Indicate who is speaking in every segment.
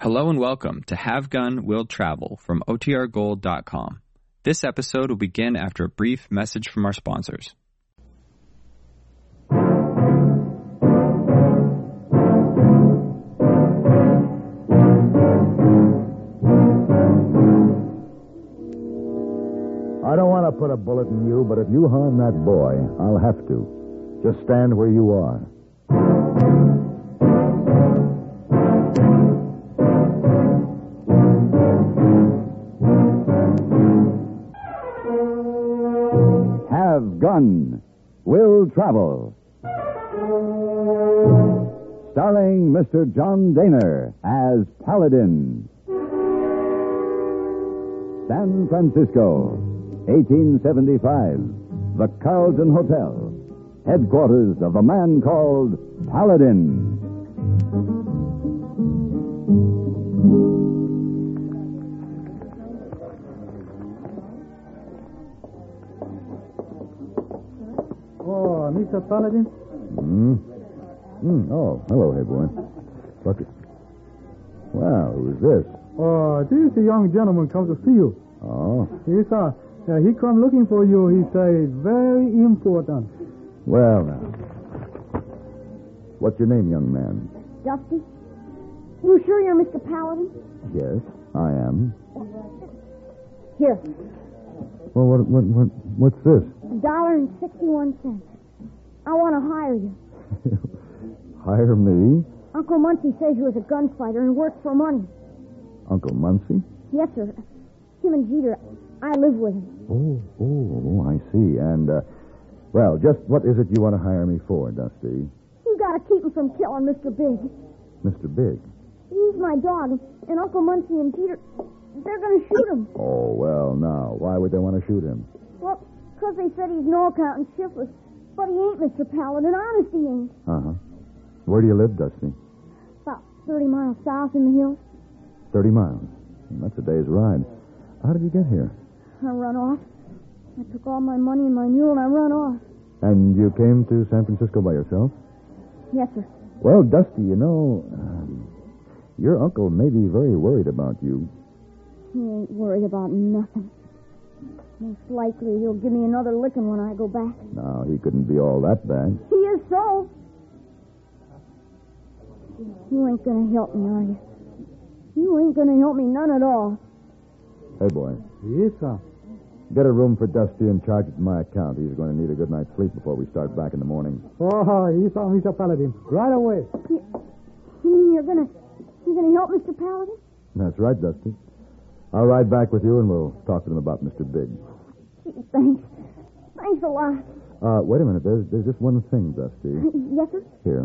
Speaker 1: Hello and welcome to Have Gun Will Travel from OTRGold.com. This episode will begin after a brief message from our sponsors.
Speaker 2: I don't want to put a bullet in you, but if you harm that boy, I'll have to. Just stand where you are. Have Gun Will Travel. Starring Mr. John Daner as Paladin. San Francisco, 1875. The Carlton Hotel, headquarters of a man called Paladin.
Speaker 3: Oh, Mr. Paladin?
Speaker 2: Mm, Hmm? oh, hello, hey boy. Look. Wow, who's this?
Speaker 3: Oh, this is a young gentleman come to see you.
Speaker 2: Oh,
Speaker 3: Yes, sir. Uh, he come looking for you. He say it's very important.
Speaker 2: well now. What's your name, young man?
Speaker 4: Dusty? You sure you're Mr. Paladin?
Speaker 2: Yes, I am.
Speaker 4: Here,
Speaker 2: Well, what, what, what, what's this?
Speaker 4: a dollar and sixty-one cents. I want to hire you.
Speaker 2: Hire me,
Speaker 4: Uncle Muncie says you was a gunfighter and worked for money.
Speaker 2: Uncle Muncie?
Speaker 4: Yes, sir. Him and Jeter, I live with him.
Speaker 2: Oh, oh, I see. And, uh, well, just what is it you want to hire me for, Dusty?
Speaker 4: You gotta keep him from killing Mr. Big.
Speaker 2: Mr. Big.
Speaker 4: He's my dog, and Uncle Muncie and Jeter, they're gonna shoot him.
Speaker 2: Oh, well, now, why would they want to shoot him?
Speaker 4: Well, 'cause they said he's no account and shiftless. But he ain't Mr. Paladin, honest he ain't.
Speaker 2: Uh huh. Where do you live, Dusty?
Speaker 4: About 30 miles south in the hills,
Speaker 2: 30 miles. That's a day's ride. How did you get here?
Speaker 4: I run off. I took all my money and my mule and I run off.
Speaker 2: And you came to San Francisco by yourself?
Speaker 4: Yes, sir.
Speaker 2: Well, Dusty, you know, um, your uncle may be very worried about you.
Speaker 4: He ain't worried about nothing. Most likely he'll give me another licking when I go back.
Speaker 2: Now, he couldn't be all that bad.
Speaker 4: He is so. You ain't gonna help me, are you? You ain't gonna help me none at all.
Speaker 2: Hey, boy,
Speaker 3: Yes, sir.
Speaker 2: get a room for Dusty and charge it to my account. He's going to need a good night's sleep before we start back in the morning.
Speaker 3: Oh, yes, sir, Mr. Paladin. Right away.
Speaker 4: You mean you're gonna you're gonna help Mr. Paladin?
Speaker 2: That's right, Dusty. I'll ride back with you and we'll talk to them about Mr. Big.
Speaker 4: Gee, Thanks. Thanks a lot.
Speaker 2: Uh, wait a minute. There's, there's just one thing, Dusty.
Speaker 4: Yes, sir?
Speaker 2: Here.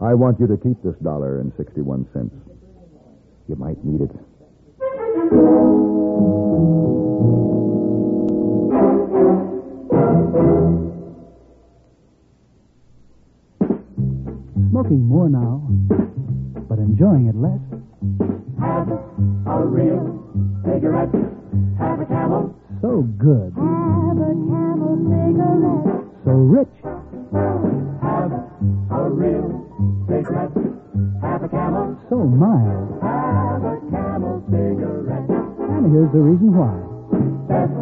Speaker 2: I want you to keep this dollar and 61 cents. You might need it.
Speaker 5: Smoking more now, but enjoying it less.
Speaker 6: Have a real cigarette. Have a camel.
Speaker 5: So good,
Speaker 4: Have a camel cigarette.
Speaker 5: so rich.
Speaker 6: Have a real cigarette. Have a camel.
Speaker 5: so mild.
Speaker 6: Have a camel cigarette.
Speaker 5: And here's the reason why.
Speaker 6: Best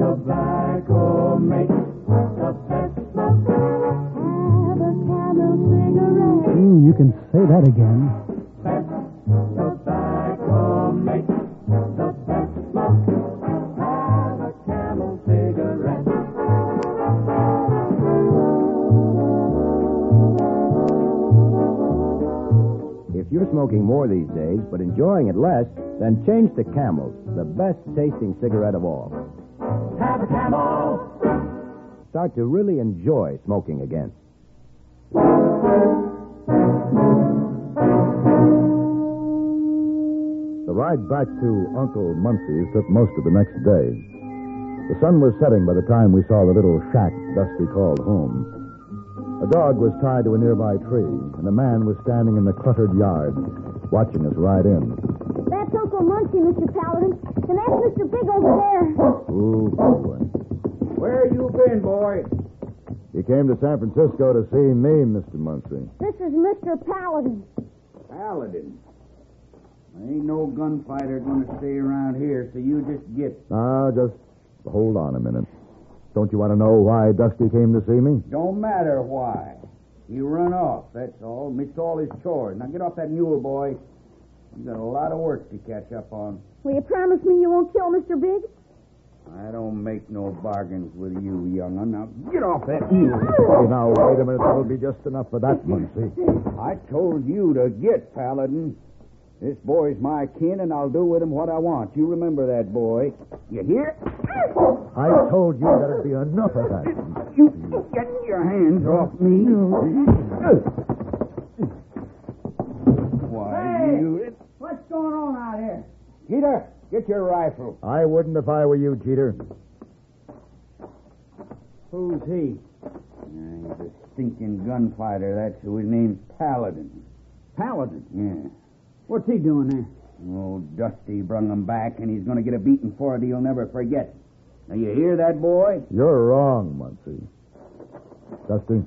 Speaker 6: tobacco makes the best smoke.
Speaker 4: Have a camel cigarette.
Speaker 5: Mm, you can say that again.
Speaker 6: Best tobacco makes the best smoke. Have a camel cigarette.
Speaker 7: If you're smoking more these days but enjoying it less, then change to Camels, the best tasting cigarette of all.
Speaker 6: Have a camel.
Speaker 7: Start to really enjoy smoking again.
Speaker 2: The ride back to Uncle Muncie's took most of the next day. The sun was setting by the time we saw the little shack Dusty called home. A dog was tied to a nearby tree, and a man was standing in the cluttered yard, watching us ride in.
Speaker 4: That's Uncle Muncie, Mr. Paladin. And that's Mr. Big over there.
Speaker 2: Ooh, boy.
Speaker 7: Where you been, boy?
Speaker 2: You came to San Francisco to see me, Mr. Muncie.
Speaker 4: This is Mr. Paladin.
Speaker 7: Paladin.
Speaker 8: Ain't no gunfighter gonna stay around here, so you just get.
Speaker 2: Ah, just hold on a minute. Don't you want to know why Dusty came to see me?
Speaker 8: Don't matter why. He run off, that's all. Missed all his chores. Now get off that mule, boy. You got a lot of work to catch up on.
Speaker 4: Will you promise me you won't kill Mr. Big?
Speaker 8: I don't make no bargains with you, young un. Now get off that
Speaker 2: Hey,
Speaker 8: mule.
Speaker 2: now, wait a minute. That'll be just enough for that, Muncie.
Speaker 8: I told you to get, Paladin. This boy's my kin, and I'll do with him what I want. You remember that boy. You hear?
Speaker 2: I told you that'd be enough of that.
Speaker 8: You get your hands off me. Why, you...
Speaker 6: What's going on out here?
Speaker 8: Peter, get your rifle.
Speaker 2: I wouldn't if I were you, Jeter.
Speaker 8: Who's he? He's a stinking gunfighter. That's who his name's Paladin.
Speaker 6: Paladin.
Speaker 8: Yeah.
Speaker 6: What's he doing there?
Speaker 8: Oh, Dusty brung him back, and he's going to get a beating for it he'll never forget. Now, you hear that, boy?
Speaker 2: You're wrong, Muncie. Dusty,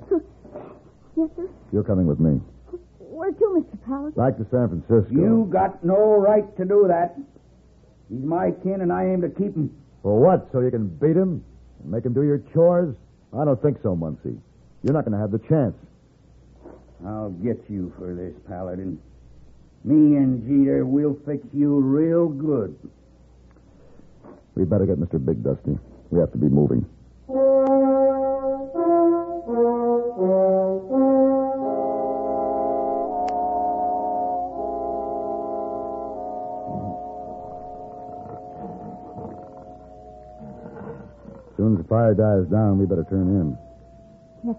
Speaker 4: Yes, sir.
Speaker 2: you're coming with me.
Speaker 4: Where to, Mr. Paladin?
Speaker 2: Back to San Francisco.
Speaker 8: You got no right to do that. He's my kin, and I aim to keep him.
Speaker 2: For what? So you can beat him? And make him do your chores? I don't think so, Muncie. You're not going to have the chance.
Speaker 8: I'll get you for this, Paladin. Me and Jeter, we'll fix you real good.
Speaker 2: We better get Mr. Big Dusty. We have to be moving. Soon as the fire dies down, we better turn in.
Speaker 4: Yes,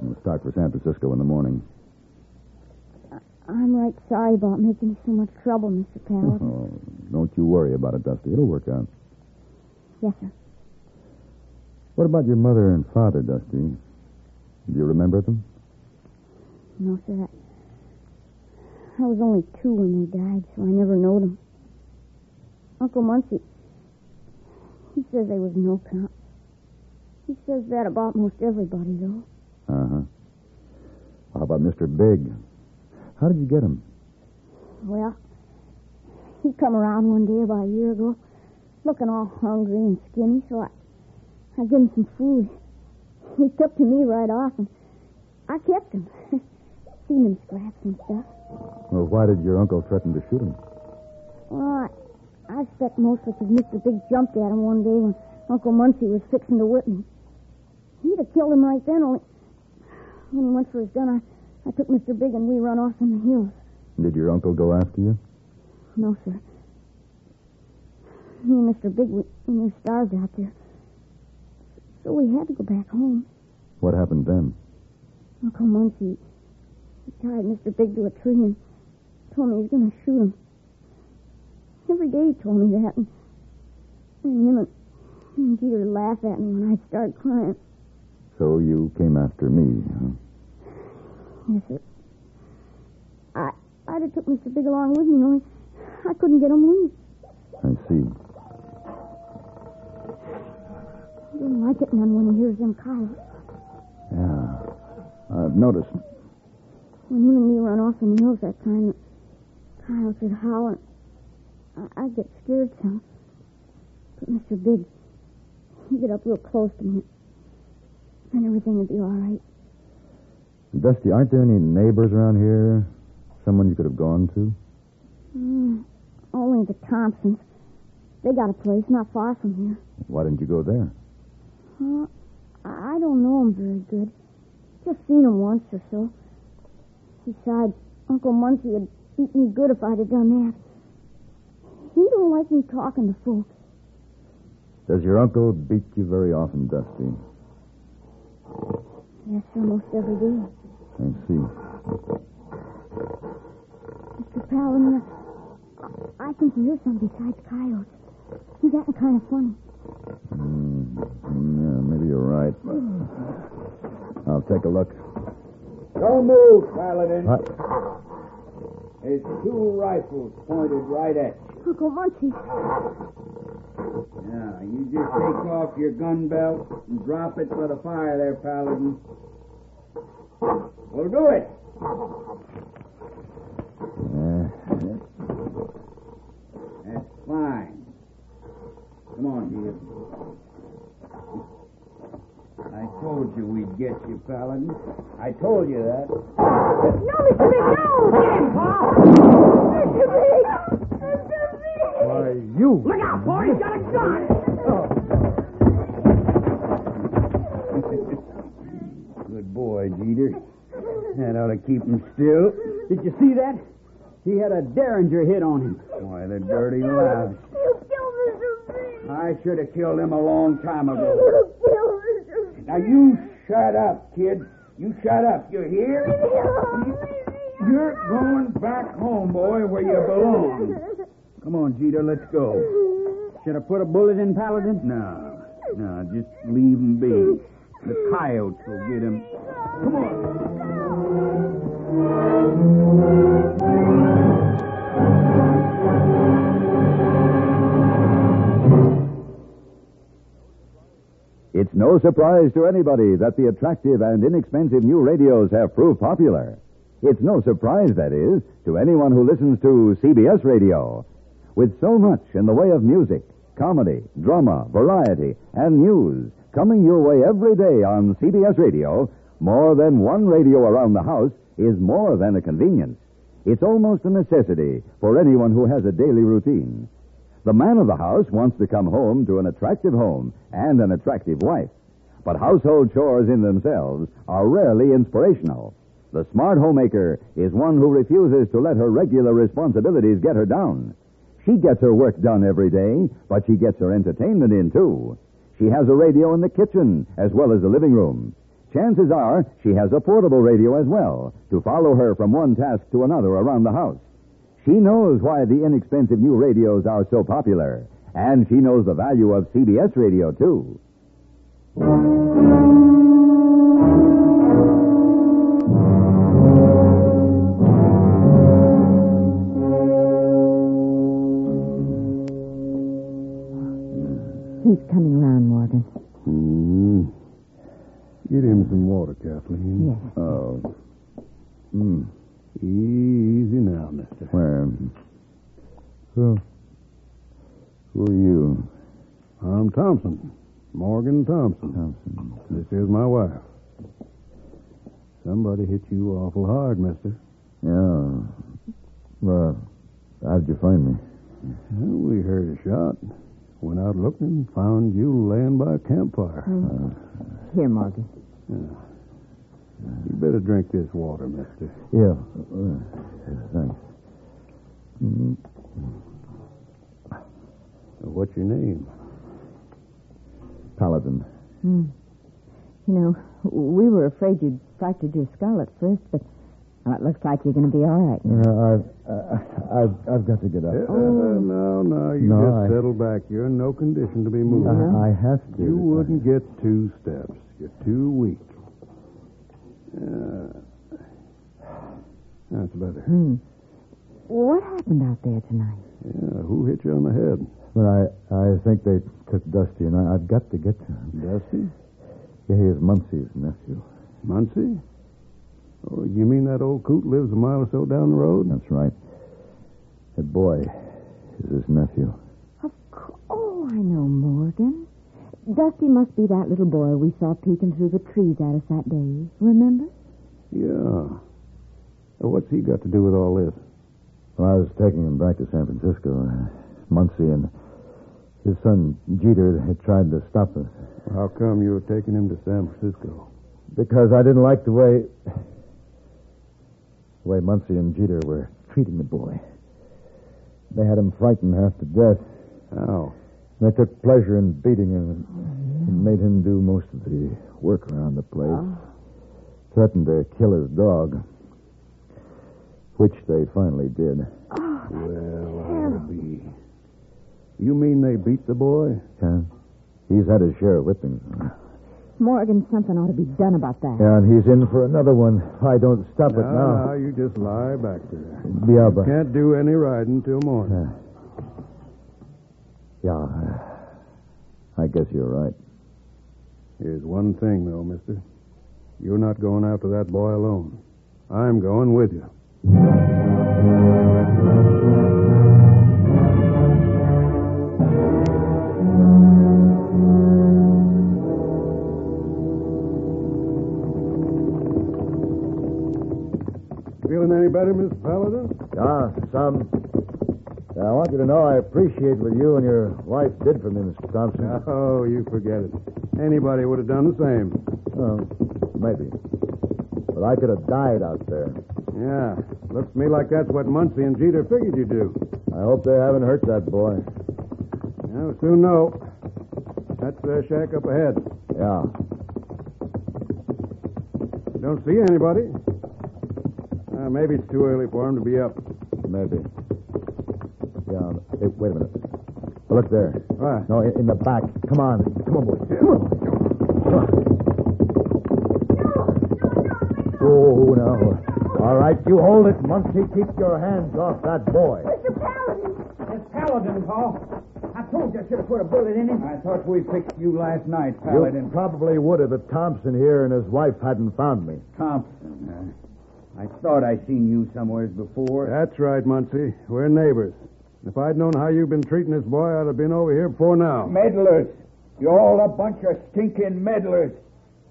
Speaker 2: We'll start for San Francisco in the morning.
Speaker 4: I'm right sorry about making you so much trouble, Mr. Paladin.
Speaker 2: Oh, don't you worry about it, Dusty. It'll work out.
Speaker 4: yes, sir.
Speaker 2: What about your mother and father, Dusty? Do you remember them?
Speaker 4: No, sir. I, I was only two when they died, so I never knowed them. Uncle Muncie, he says they was no count. He says that about most everybody, though.
Speaker 2: Uh huh. How about Mr. Big? How did you get him?
Speaker 4: Well, he come around one day about a year ago, looking all hungry and skinny, so I, I give him some food. He took to me right off, and I kept him. Seen him scratch and stuff.
Speaker 2: Well, why did your uncle threaten to shoot him?
Speaker 4: Well, I, I expect mostly because Mr. Big jumped at him one day when Uncle Muncie was fixing to whip him. He'd have killed him right then, only when he went for his gun, I, I took Mr. Big and we run off in the hills.
Speaker 2: Did your uncle go after you?
Speaker 4: No, sir. Me and Mr. Big, we, we were starved out there. So we had to go back home.
Speaker 2: What happened then?
Speaker 4: Uncle Muncie, he tied Mr. Big to a tree and told me he was going to shoot him. Every day he told me that. And, and him and, and Peter laugh at me when I start crying.
Speaker 2: So you came after me, huh?
Speaker 4: Yes, sir. I, I'd have took Mr. Big along with me, only I couldn't get him loose.
Speaker 2: I see.
Speaker 4: He didn't like it none when he hears them cries.
Speaker 2: Yeah. I've noticed.
Speaker 4: When him and me run off in the hills that time, Kyle could howl, and I, I get scared some. But Mr. Big, he'd get up real close to me, and everything would be all right.
Speaker 2: Dusty, aren't there any neighbors around here? Someone you could have gone to?
Speaker 4: Mm, only the Thompsons. They got a place not far from here.
Speaker 2: Why didn't you go there?
Speaker 4: Huh? I I don't know him very good. Just seen him once or so. Besides, Uncle Muncie would beat me good if I'd have done that. He don't like me talking to folks.
Speaker 2: Does your uncle beat you very often, Dusty?
Speaker 4: Yes, sir, most every day.
Speaker 2: I see.
Speaker 4: Mr. Paladin, I, I think he hears something besides coyotes. He's acting kind of funny.
Speaker 2: Mm, yeah, maybe you're right. I'll take a look.
Speaker 8: Don't move, Paladin.
Speaker 2: Huh?
Speaker 8: There's two rifles pointed right at you.
Speaker 9: Oh,
Speaker 4: Uncle Muncie,
Speaker 8: Now, Ah, you just take off your gun belt and drop it by the fire there, Paladin. Well, do it.
Speaker 2: Yeah.
Speaker 8: always gets you, Paladin. I told you that.
Speaker 4: No, Mr. Big, no! Get him, Paul! Mr. Big! Mr. Big!
Speaker 2: Why, you.
Speaker 10: Look out, boy. He's got a gun.
Speaker 8: Good boy, Jeter. That ought to keep him still.
Speaker 10: Did you see that? He had a Derringer hit on him.
Speaker 8: Why, the dirty louse.
Speaker 4: You killed Mr. Big!
Speaker 8: I should have killed him a long time ago.
Speaker 4: You killed Mr. Big!
Speaker 8: Now, you shut up, kid. You shut up. You hear? You're going back home, boy, where you belong. Come on, Jeter, let's go.
Speaker 10: Should have put a bullet in Paladin.
Speaker 8: No, no, just leave him be. The coyotes will get him. Come on.
Speaker 2: It's no surprise to anybody that the attractive and inexpensive new radios have proved popular. It's no surprise, that is, to anyone who listens to CBS radio. With so much in the way of music, comedy, drama, variety, and news coming your way every day on CBS radio, more than one radio around the house is more than a convenience. It's almost a necessity for anyone who has a daily routine. The man of the house wants to come home to an attractive home and an attractive wife. But household chores in themselves are rarely inspirational. The smart homemaker is one who refuses to let her regular responsibilities get her down. She gets her work done every day, but she gets her entertainment in too. She has a radio in the kitchen as well as the living room. Chances are she has a portable radio as well to follow her from one task to another around the house. She knows why the inexpensive new radios are so popular, and she knows the value of CBS radio, too.
Speaker 9: He's coming around, Morgan.
Speaker 2: Mm.
Speaker 6: Mm-hmm. Get him some water, Kathleen.
Speaker 9: Yes.
Speaker 2: Oh. Mm.
Speaker 6: Easy now, mister.
Speaker 2: Where? Who? Who are you,
Speaker 6: I'm Thompson. Morgan Thompson.
Speaker 2: Thompson?
Speaker 6: This is my wife. Somebody hit you awful hard, mister.
Speaker 2: Yeah. Well, how'd you find me?
Speaker 6: Well, we heard a shot. Went out looking, found you laying by a campfire.
Speaker 2: Mm.
Speaker 9: Here, Morgan.
Speaker 6: You better drink this water, mister.
Speaker 2: Yeah. Uh, thanks. Mm,
Speaker 6: What's your name?
Speaker 2: Paladin.
Speaker 9: You know, we were afraid you'd fractured your skull at first, but well, it looks like you're going to be all right.
Speaker 2: Uh, I've, uh, I've, I've got to get up.
Speaker 6: Uh, no, no, you
Speaker 2: Oh. No,
Speaker 6: just
Speaker 2: I-
Speaker 6: settle back. You're in no condition to be moving.
Speaker 2: I, I have to.
Speaker 6: You wouldn't get two steps. You're too weak. Yeah. That's better.
Speaker 9: Hmm. What happened out there tonight?
Speaker 6: Yeah, who hit you on the head?
Speaker 2: Well, I, I think they took Dusty, and I, I've got to get to him.
Speaker 6: Dusty?
Speaker 2: Yeah, he is Munsey's nephew.
Speaker 6: Muncie? Oh, you mean that old coot lives a mile or so down the road?
Speaker 2: That's right. That boy is his nephew.
Speaker 9: Of course. Oh, I know, Morgan. Dusty must be that little boy we saw peeking through the trees at us that day. Remember?
Speaker 6: Yeah. Uh, What's he got to do with all this?
Speaker 2: Well, I was taking him back to San Francisco. uh, Muncie and his son Jeter had tried to stop us
Speaker 6: How come you were taking him to San Francisco?
Speaker 2: because I didn't like the way the way Muncie and Jeter were treating the boy. They had him frightened half to death.
Speaker 6: How?
Speaker 2: They took pleasure in beating him and made him do most of the work around the place.
Speaker 6: Oh.
Speaker 2: Threatened to kill his dog, which they finally did.
Speaker 6: Well, I'll be. You mean they beat the boy?
Speaker 2: Yeah. He's had his share of whippings.
Speaker 9: Morgan, something ought to be done about that.
Speaker 2: Yeah, and he's in for another one. If I don't stop it
Speaker 6: no,
Speaker 2: now.
Speaker 6: you just lie back there.
Speaker 2: Yeah, but.
Speaker 6: Can't do any riding till morning.
Speaker 2: Uh, yeah, uh, I guess you're right.
Speaker 6: Here's one thing, though, mister. You're not going after that boy alone. I'm going with you. matter, Miss Paladin?
Speaker 2: Ah, some. I want you to know I appreciate what you and your wife did for me, Mr. Thompson.
Speaker 6: Oh, you forget it. Anybody would have done the same.
Speaker 2: Oh, maybe. But I could have died out there.
Speaker 6: Yeah. Looks to me like that's what Muncie and Jeter figured you'd do.
Speaker 2: I hope they haven't hurt that boy.
Speaker 6: Now, we'll soon know. That's their shack up ahead.
Speaker 2: Yeah.
Speaker 6: Don't see anybody. Uh, maybe it's too early for him to be up.
Speaker 2: Maybe. Yeah. Hey, wait a minute. Look there.
Speaker 6: What?
Speaker 2: No, in, in the back. Come on. Come on, boy. Come on. Come on. Oh, no. All right, you hold it, Muncie. Keep your hands off that boy.
Speaker 11: Mr. Paladin!
Speaker 12: It's Paladin, Paul. I told you I should have put a bullet in him. I thought we fixed you last night,
Speaker 2: You probably would have if Thompson here and his wife hadn't found me.
Speaker 12: Thompson. huh? I thought I seen you somewheres before.
Speaker 6: That's right, Muncie. We're neighbors. If I'd known how you've been treating this boy, I'd have been over here before now.
Speaker 12: Meddlers. You're all a bunch of stinking meddlers.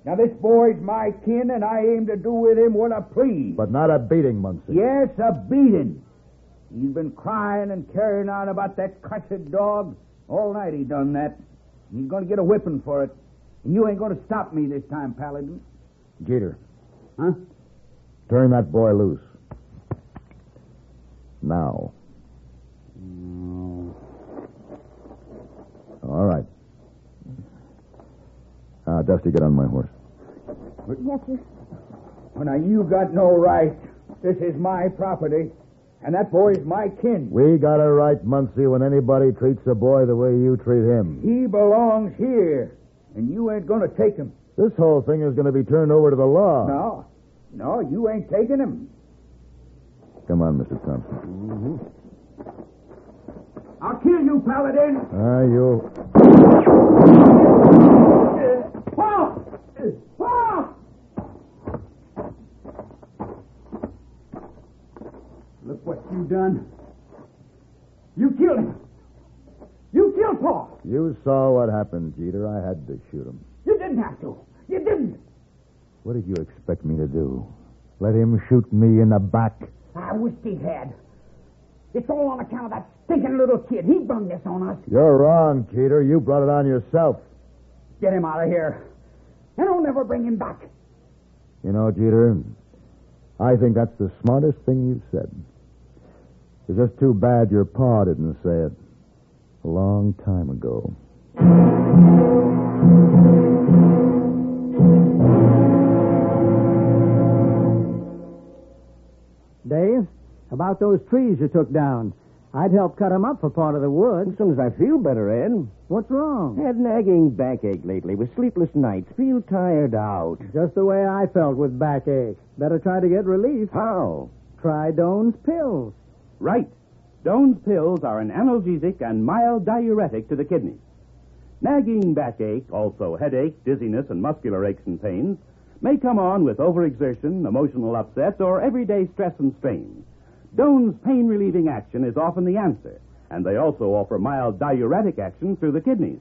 Speaker 12: Now, this boy's my kin, and I aim to do with him what I please.
Speaker 2: But not a beating, Muncie.
Speaker 12: Yes, a beating. He's been crying and carrying on about that cussed dog. All night he done that. He's going to get a whipping for it. And you ain't going to stop me this time, Paladin.
Speaker 2: Jeter,
Speaker 12: Huh?
Speaker 2: turn that boy loose. Now. All right. Ah, Dusty, get on my horse.
Speaker 8: Yes, sir.
Speaker 12: Well, now, you got no right. This is my property, and that boy's my kin.
Speaker 2: We got a right, Muncie, when anybody treats a boy the way you treat him.
Speaker 12: He belongs here, and you ain't going to take him.
Speaker 2: This whole thing is going to be turned over to the law.
Speaker 12: No. No, you ain't taking him.
Speaker 2: Come on, Mr. Thompson.
Speaker 12: I'll kill you, Paladin.
Speaker 2: Ah, you.
Speaker 12: Uh, Paul! Uh, Paul!
Speaker 13: Look what you done. You killed him. You killed Paul.
Speaker 2: You saw what happened, Jeter. I had to shoot him.
Speaker 13: You didn't have to. You didn't.
Speaker 2: What did you expect me to do? Let him shoot me in the back?
Speaker 11: I wish he had. It's all on account of that stinking little kid. He brung this on us.
Speaker 2: You're wrong, Jeter. You brought it on yourself.
Speaker 11: Get him out of here. And I'll never bring him back.
Speaker 2: You know, Jeter, I think that's the smartest thing you've said. It's just too bad your pa didn't say it a long time ago.
Speaker 13: Dave, about those trees you took down. I'd help cut 'em up for part of the wood.
Speaker 14: As soon as I feel better, Ed.
Speaker 13: What's wrong?
Speaker 14: Had nagging backache lately with sleepless nights. Feel tired out.
Speaker 13: Just the way I felt with backache. Better try to get relief.
Speaker 14: How?
Speaker 13: Try Doan's pills.
Speaker 15: Right. Doan's pills are an analgesic and mild diuretic to the kidney. Nagging backache, also headache, dizziness, and muscular aches and pains, may come on with overexertion, emotional upsets, or everyday stress and strain. Doan's pain relieving action is often the answer, and they also offer mild diuretic action through the kidneys.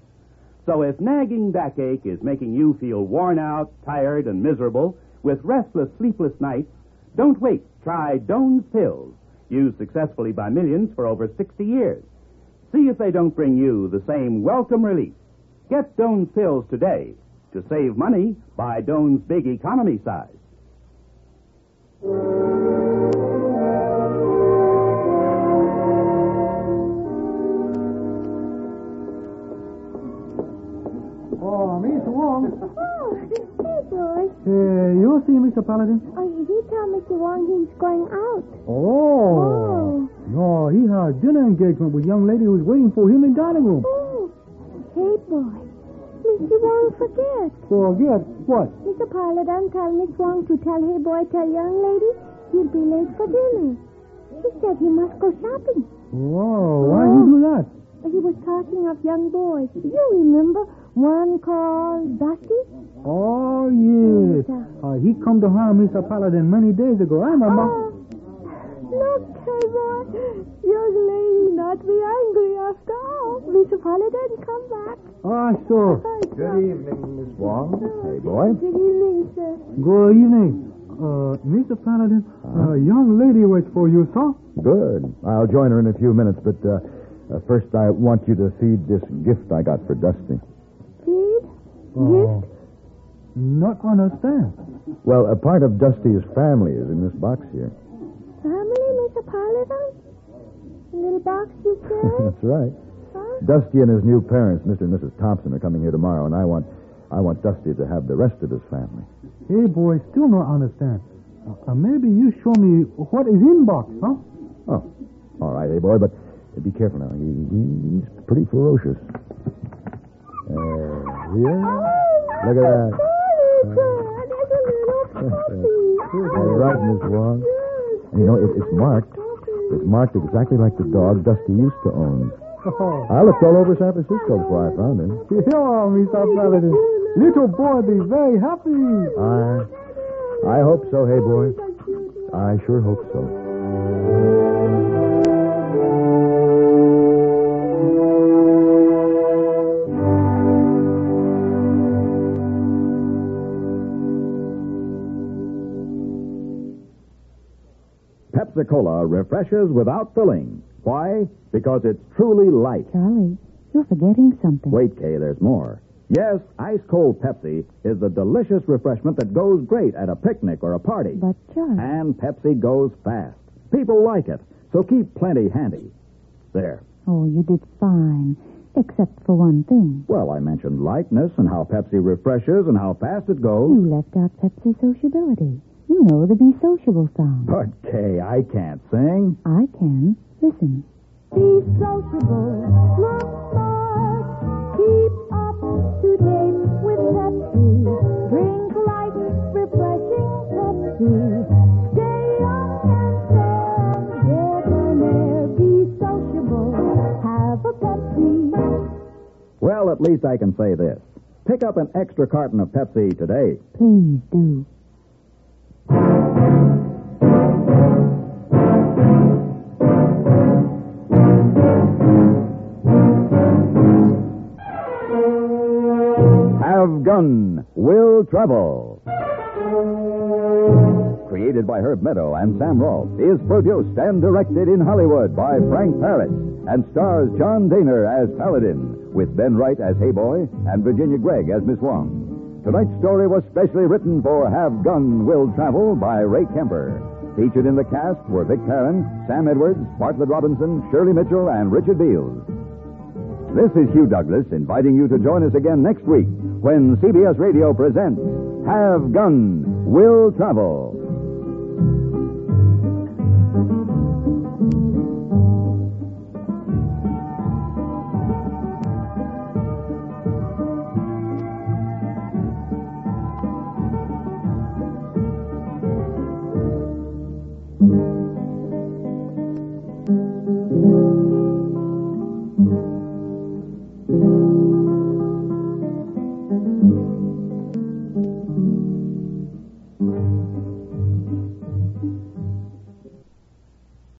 Speaker 15: So if nagging backache is making you feel worn out, tired, and miserable, with restless, sleepless nights, don't wait. Try Doan's pills, used successfully by millions for over 60 years. See if they don't bring you the same welcome relief. Get Doan's pills today. To save money, buy Doan's big economy size.
Speaker 16: Oh, Miss Wong.
Speaker 8: Oh, hey, George.
Speaker 16: Uh, you see, Mr. Paladin?
Speaker 8: Oh, he told Mr. Wong he's going out.
Speaker 16: Oh. No, he had a dinner engagement with a young lady who's waiting for him in dining room.
Speaker 8: Oh, hey, boy. Mr. Wong forget.
Speaker 16: Forget what?
Speaker 8: Mr. Paladin tell Miss Wong to tell hey, boy, tell young lady he'll be late for dinner. He said he must go shopping. Oh.
Speaker 16: Whoa, why did you Oh, do that?
Speaker 8: He was talking of young boys. You remember one called Dusty?
Speaker 16: Oh, yes. Uh, he come to harm Mr. Paladin many days ago. I'm a
Speaker 8: Oh, look, hey boy. Young lady not be angry after all. Mr. Paladin, come back.
Speaker 16: Oh, sure.
Speaker 8: Hi,
Speaker 2: Good evening, Miss Wong.
Speaker 8: sir.
Speaker 2: Hey, boy.
Speaker 8: Good evening, sir.
Speaker 16: Good evening.
Speaker 6: Uh, Mr. Paladin, a young lady waits for you, sir.
Speaker 8: Good. I'll join her in a few minutes, but uh, uh, first I want you to feed this gift I got for Dusty.
Speaker 17: Feed?
Speaker 6: Oh. Not understand.
Speaker 8: Well, a part of Dusty's family is in this box here.
Speaker 17: Family, Mr. Paladin? The little box you carry?
Speaker 8: That's right.
Speaker 17: huh?
Speaker 8: Dusty and his new parents, Mr. and Mrs. Thompson, are coming here tomorrow, and I want I want Dusty to have the rest of his family.
Speaker 6: Hey, boy, still not understand. Uh, uh, maybe you show me what is in box, huh?
Speaker 8: Oh, all right, hey boy, but be careful now. He, he's pretty ferocious. Uh, Oh, yeah. Look at that. All right, Miss Wong. And you know, it, it's marked. It's marked exactly like the dog Dusty used to own.
Speaker 6: Oh,
Speaker 8: I looked all over San Francisco before I found him.
Speaker 6: yeah, Mr. Paladin. Little boy be very happy.
Speaker 8: I, I hope so, hey boy. I sure hope so.
Speaker 2: Pepsi Cola refreshes without filling. Why? Because it's truly light.
Speaker 4: Charlie, you're forgetting something.
Speaker 2: Wait, Kay, there's more. Yes, ice cold Pepsi is the delicious refreshment that goes great at a picnic or a party.
Speaker 4: But, Charlie.
Speaker 2: And Pepsi goes fast. People like it, so keep plenty handy. There.
Speaker 4: Oh, you did fine. Except for one thing.
Speaker 2: Well, I mentioned lightness and how Pepsi refreshes and how fast it goes.
Speaker 4: You left out Pepsi sociability. You know the Be Sociable song.
Speaker 2: But, Kay, I can't sing.
Speaker 4: I can. Listen.
Speaker 18: Be sociable. Look smart. Keep up to date with Pepsi. Drink light, refreshing Pepsi. Stay young and fair. Debonair. Be sociable. Have a Pepsi.
Speaker 2: Well, at least I can say this. Pick up an extra carton of Pepsi today.
Speaker 4: Please do.
Speaker 2: Have Gun Will Travel. Created by Herb Meadow and Sam Rolfe, is produced and directed in Hollywood by Frank Parrish and stars John Daner as Paladin, with Ben Wright as Hayboy and Virginia Gregg as Miss Wong. Tonight's story was specially written for Have Gun Will Travel by Ray Kemper. Featured in the cast were Vic Perrin, Sam Edwards, Bartlett Robinson, Shirley Mitchell, and Richard Beals. This is Hugh Douglas inviting you to join us again next week when CBS Radio presents Have Gun, Will Travel.